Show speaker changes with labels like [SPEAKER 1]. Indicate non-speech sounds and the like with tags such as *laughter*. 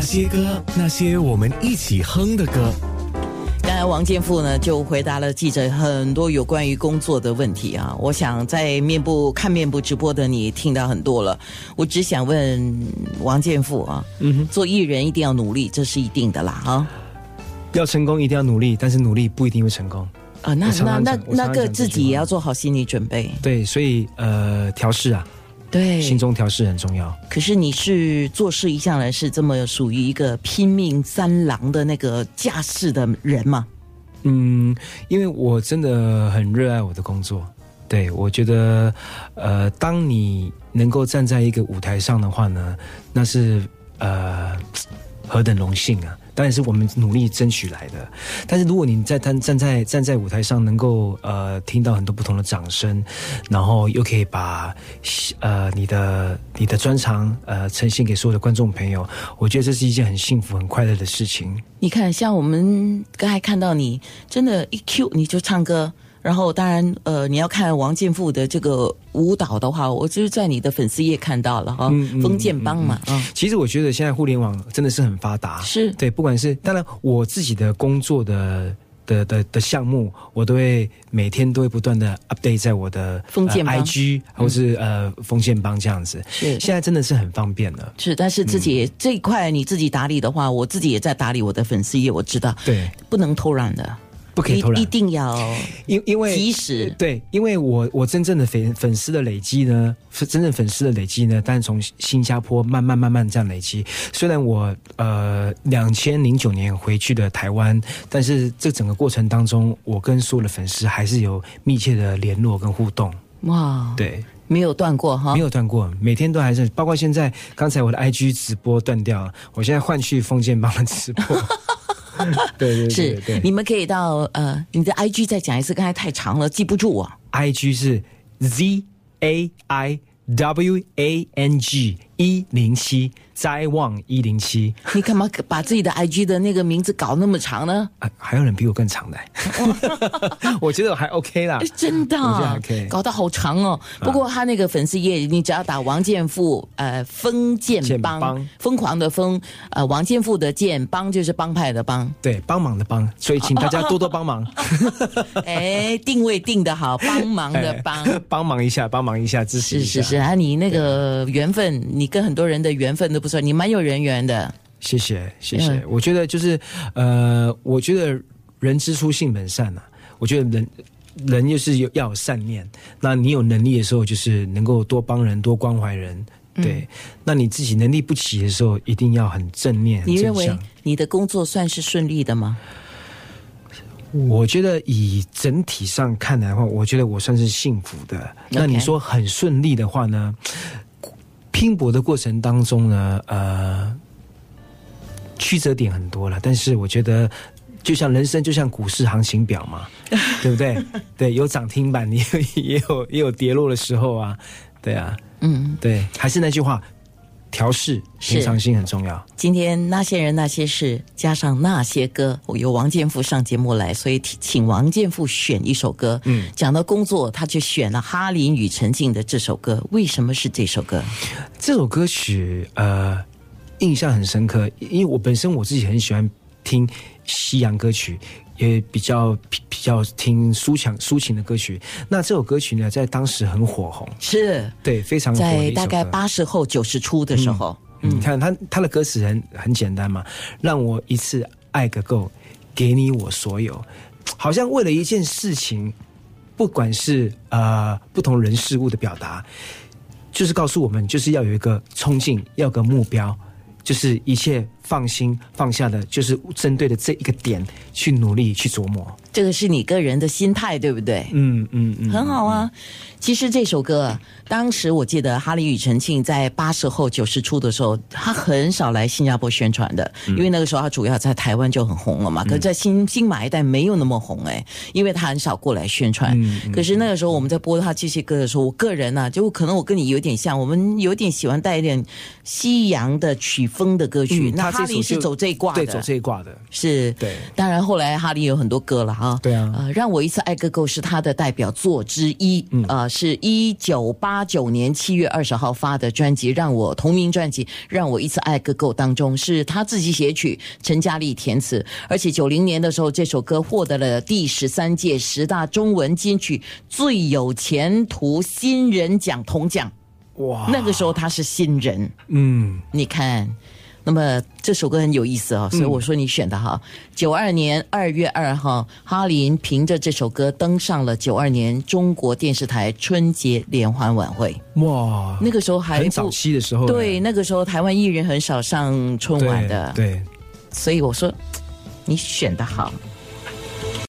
[SPEAKER 1] 些歌，那些我们一起哼的歌。
[SPEAKER 2] 刚才王建富呢就回答了记者很多有关于工作的问题啊，我想在面部看面部直播的你听到很多了，我只想问王建富啊，嗯、做艺人一定要努力，这是一定的啦啊
[SPEAKER 3] 要成功一定要努力，但是努力不一定会成功。
[SPEAKER 2] 啊，那
[SPEAKER 3] 我常
[SPEAKER 2] 那
[SPEAKER 3] 常
[SPEAKER 2] 那
[SPEAKER 3] 讲我
[SPEAKER 2] 那
[SPEAKER 3] 常常
[SPEAKER 2] 个
[SPEAKER 3] 讲这
[SPEAKER 2] 自
[SPEAKER 3] 句
[SPEAKER 2] 己也
[SPEAKER 3] 话
[SPEAKER 2] 要做好心理准备，
[SPEAKER 3] 对，所以呃，调试啊，
[SPEAKER 2] 对，
[SPEAKER 3] 心中调试很重要。
[SPEAKER 2] 可是你是做事一向来是这么属于一个拼命三郎的那个架势的人嘛？
[SPEAKER 3] 嗯，因为我真的很热爱我的工作。对，我觉得，呃，当你能够站在一个舞台上的话呢，那是呃何等荣幸啊！当然是我们努力争取来的。但是如果你在站站在站在舞台上，能够呃听到很多不同的掌声，然后又可以把呃你的你的专长呃呈现给所有的观众朋友，我觉得这是一件很幸福、很快乐的事情。
[SPEAKER 2] 你看，像我们刚才看到你，真的，一 Q 你就唱歌。然后，当然，呃，你要看王建富的这个舞蹈的话，我就是在你的粉丝页看到了哈，
[SPEAKER 3] 嗯嗯嗯
[SPEAKER 2] 封建帮嘛，啊、
[SPEAKER 3] 其实我觉得现在互联网真的是很发达，
[SPEAKER 2] 是
[SPEAKER 3] 对，不管是当然我自己的工作的。的的的项目，我都会每天都会不断的 update 在我的
[SPEAKER 2] 封建帮
[SPEAKER 3] 呃、IG 或是、呃封建帮这样子。
[SPEAKER 2] 是
[SPEAKER 3] 现在真的是很方便了。
[SPEAKER 2] 是，但是自己也、这一块你自己打理的话，我自己也在打理我的粉丝页，我知道，
[SPEAKER 3] 对，
[SPEAKER 2] 不能偷懒的，
[SPEAKER 3] 不可以偷懒
[SPEAKER 2] 一一定要
[SPEAKER 3] 因因为
[SPEAKER 2] 及时
[SPEAKER 3] 对，因为我我真正的粉粉丝的累积呢，是真正粉丝的累积呢，但是从新加坡慢慢慢慢这样累积。虽然我呃两千零九年回去的台湾，但是这整个过程当中，我跟所有的粉丝还是有密切的联络跟互动。
[SPEAKER 2] 哇，
[SPEAKER 3] 对，
[SPEAKER 2] 没有断过哈
[SPEAKER 3] 没，有断过，每天都还是，包括现在刚才我的 IG 直播断掉了，我现在换去封建帮的直播。 *laughs* 对对对
[SPEAKER 2] 是
[SPEAKER 3] 对，
[SPEAKER 2] 你们可以到呃你的 IG 再讲一次，刚才太长了，记不住啊。
[SPEAKER 3] I G 是 Z A I W A N G 一零七灾望一零七
[SPEAKER 2] *laughs* 你干嘛把自己的 IG 的那个名字搞那么长呢？
[SPEAKER 3] 啊，还有人比我更长的、欸 *laughs* 我觉得我还 OK 啦
[SPEAKER 2] 哎。真的
[SPEAKER 3] 我觉得
[SPEAKER 2] 啊
[SPEAKER 3] 还可以，啊
[SPEAKER 2] 搞得好长哦。不过他那个粉丝页，你只要打王建富，呃，封建
[SPEAKER 3] 建
[SPEAKER 2] 帮
[SPEAKER 3] 帮，
[SPEAKER 2] 疯狂的疯，呃，王建富的建帮就是帮派
[SPEAKER 3] *laughs*
[SPEAKER 2] 的帮，
[SPEAKER 3] 对，帮忙的帮，所以请大家多多帮忙，
[SPEAKER 2] 哎，定位定的好，帮忙的帮。
[SPEAKER 3] *laughs* 哎帮忙一下，帮忙一下，支持一
[SPEAKER 2] 是是
[SPEAKER 3] 下， *laughs*
[SPEAKER 2] 是啊，你那个缘分，你跟很多人的缘分都不错，你蛮有人缘的。
[SPEAKER 3] 谢谢谢谢。
[SPEAKER 2] 嗯
[SPEAKER 3] 我觉得就是呃，我觉得人之初性本善呐、啊我觉得人。人就是有要有善念，那你有能力的时候，就是能够多帮人、多关怀人，对。
[SPEAKER 2] 嗯
[SPEAKER 3] 那你自己能力不起的时候，一定要很正念、很
[SPEAKER 2] 你认
[SPEAKER 3] 正
[SPEAKER 2] 为
[SPEAKER 3] 向。
[SPEAKER 2] 你的工作算是顺利的吗？
[SPEAKER 3] 我觉得以整体上看来的话，我觉得我算是幸福的。那你说很顺利的话呢？拼搏的过程当中呢，呃，曲折点很多了，但是我觉得。就像人生，就像股市行情表嘛，对不对？对，有涨停板，你 *laughs* 也有也有跌落的时候啊，对啊，
[SPEAKER 2] 嗯。
[SPEAKER 3] 对，还是那句话，调试
[SPEAKER 2] 是
[SPEAKER 3] 平常心很重要。
[SPEAKER 2] 今天那些人那些事加上那些歌，我由王建富上节目来，所以提请王建富选一首歌。嗯，讲到工作，他就选了哈林与陈静的这首歌。为什么是这首歌？
[SPEAKER 3] 这首歌曲呃印象很深刻，因为我本身我自己很喜欢听西洋歌曲，也比较比比较听抒情抒情的歌曲。那这首歌曲呢，在当时很火红，
[SPEAKER 2] 是
[SPEAKER 3] 对，非常火的
[SPEAKER 2] 在
[SPEAKER 3] 一首歌
[SPEAKER 2] 大概八十后九十初的时候，
[SPEAKER 3] 嗯你看他他的歌词很很简单嘛，让我一次爱个够，给你我所有，好像为了一件事情，不管是呃不同人事物的表达，就是告诉我们，就是要有一个冲劲，要有个目标，就是一切放心放下的，就是针对的这一个点去努力去琢磨。
[SPEAKER 2] 这个是你个人的心态，对不对？
[SPEAKER 3] 嗯嗯嗯，
[SPEAKER 2] 很好啊。其实这首歌，当时我记得哈林与陈庆在八十后九十初的时候，他很少来新加坡宣传的，
[SPEAKER 3] 嗯
[SPEAKER 2] 因为那个时候他主要在台湾就很红了嘛。可是在新新马一带没有那么红哎、因为他很少过来宣
[SPEAKER 3] 嗯
[SPEAKER 2] 传。可是那个时候我们在播他这些歌的时候，我个人呢、啊，就可能我跟你有点像，我们有点喜欢带一点西洋的曲风的歌曲。
[SPEAKER 3] 嗯
[SPEAKER 2] 那
[SPEAKER 3] 他
[SPEAKER 2] 哈林是走这一挂的，
[SPEAKER 3] 对，走这一挂的，
[SPEAKER 2] 是，
[SPEAKER 3] 对
[SPEAKER 2] 当然后来哈林有很多歌了啊，
[SPEAKER 3] 对啊
[SPEAKER 2] 呃，让我一次爱个够是他的代表作之一，嗯、呃，是一九八九年七月二十号发的专辑《让我》同名专辑《让我一次爱个够》当中，是他自己写曲，陈嘉丽填词，而且九零年的时候这首歌获得了第十三届十大中文金曲最有前途新人奖铜奖，
[SPEAKER 3] 哇，
[SPEAKER 2] 那个时候他是新人。
[SPEAKER 3] 嗯，
[SPEAKER 2] 你看，那么这首歌很有意思啊、所以我说你选的哈。九二、年二月二号，哈林凭着这首歌登上了九二年中国电视台春节联欢晚会。
[SPEAKER 3] 哇，
[SPEAKER 2] 那个时候还
[SPEAKER 3] 很
[SPEAKER 2] 不
[SPEAKER 3] 早期的时候，
[SPEAKER 2] 对，那个时候台湾艺人很少上春
[SPEAKER 3] 对
[SPEAKER 2] 晚的，
[SPEAKER 3] 对，
[SPEAKER 2] 所以我说嘖你选的好。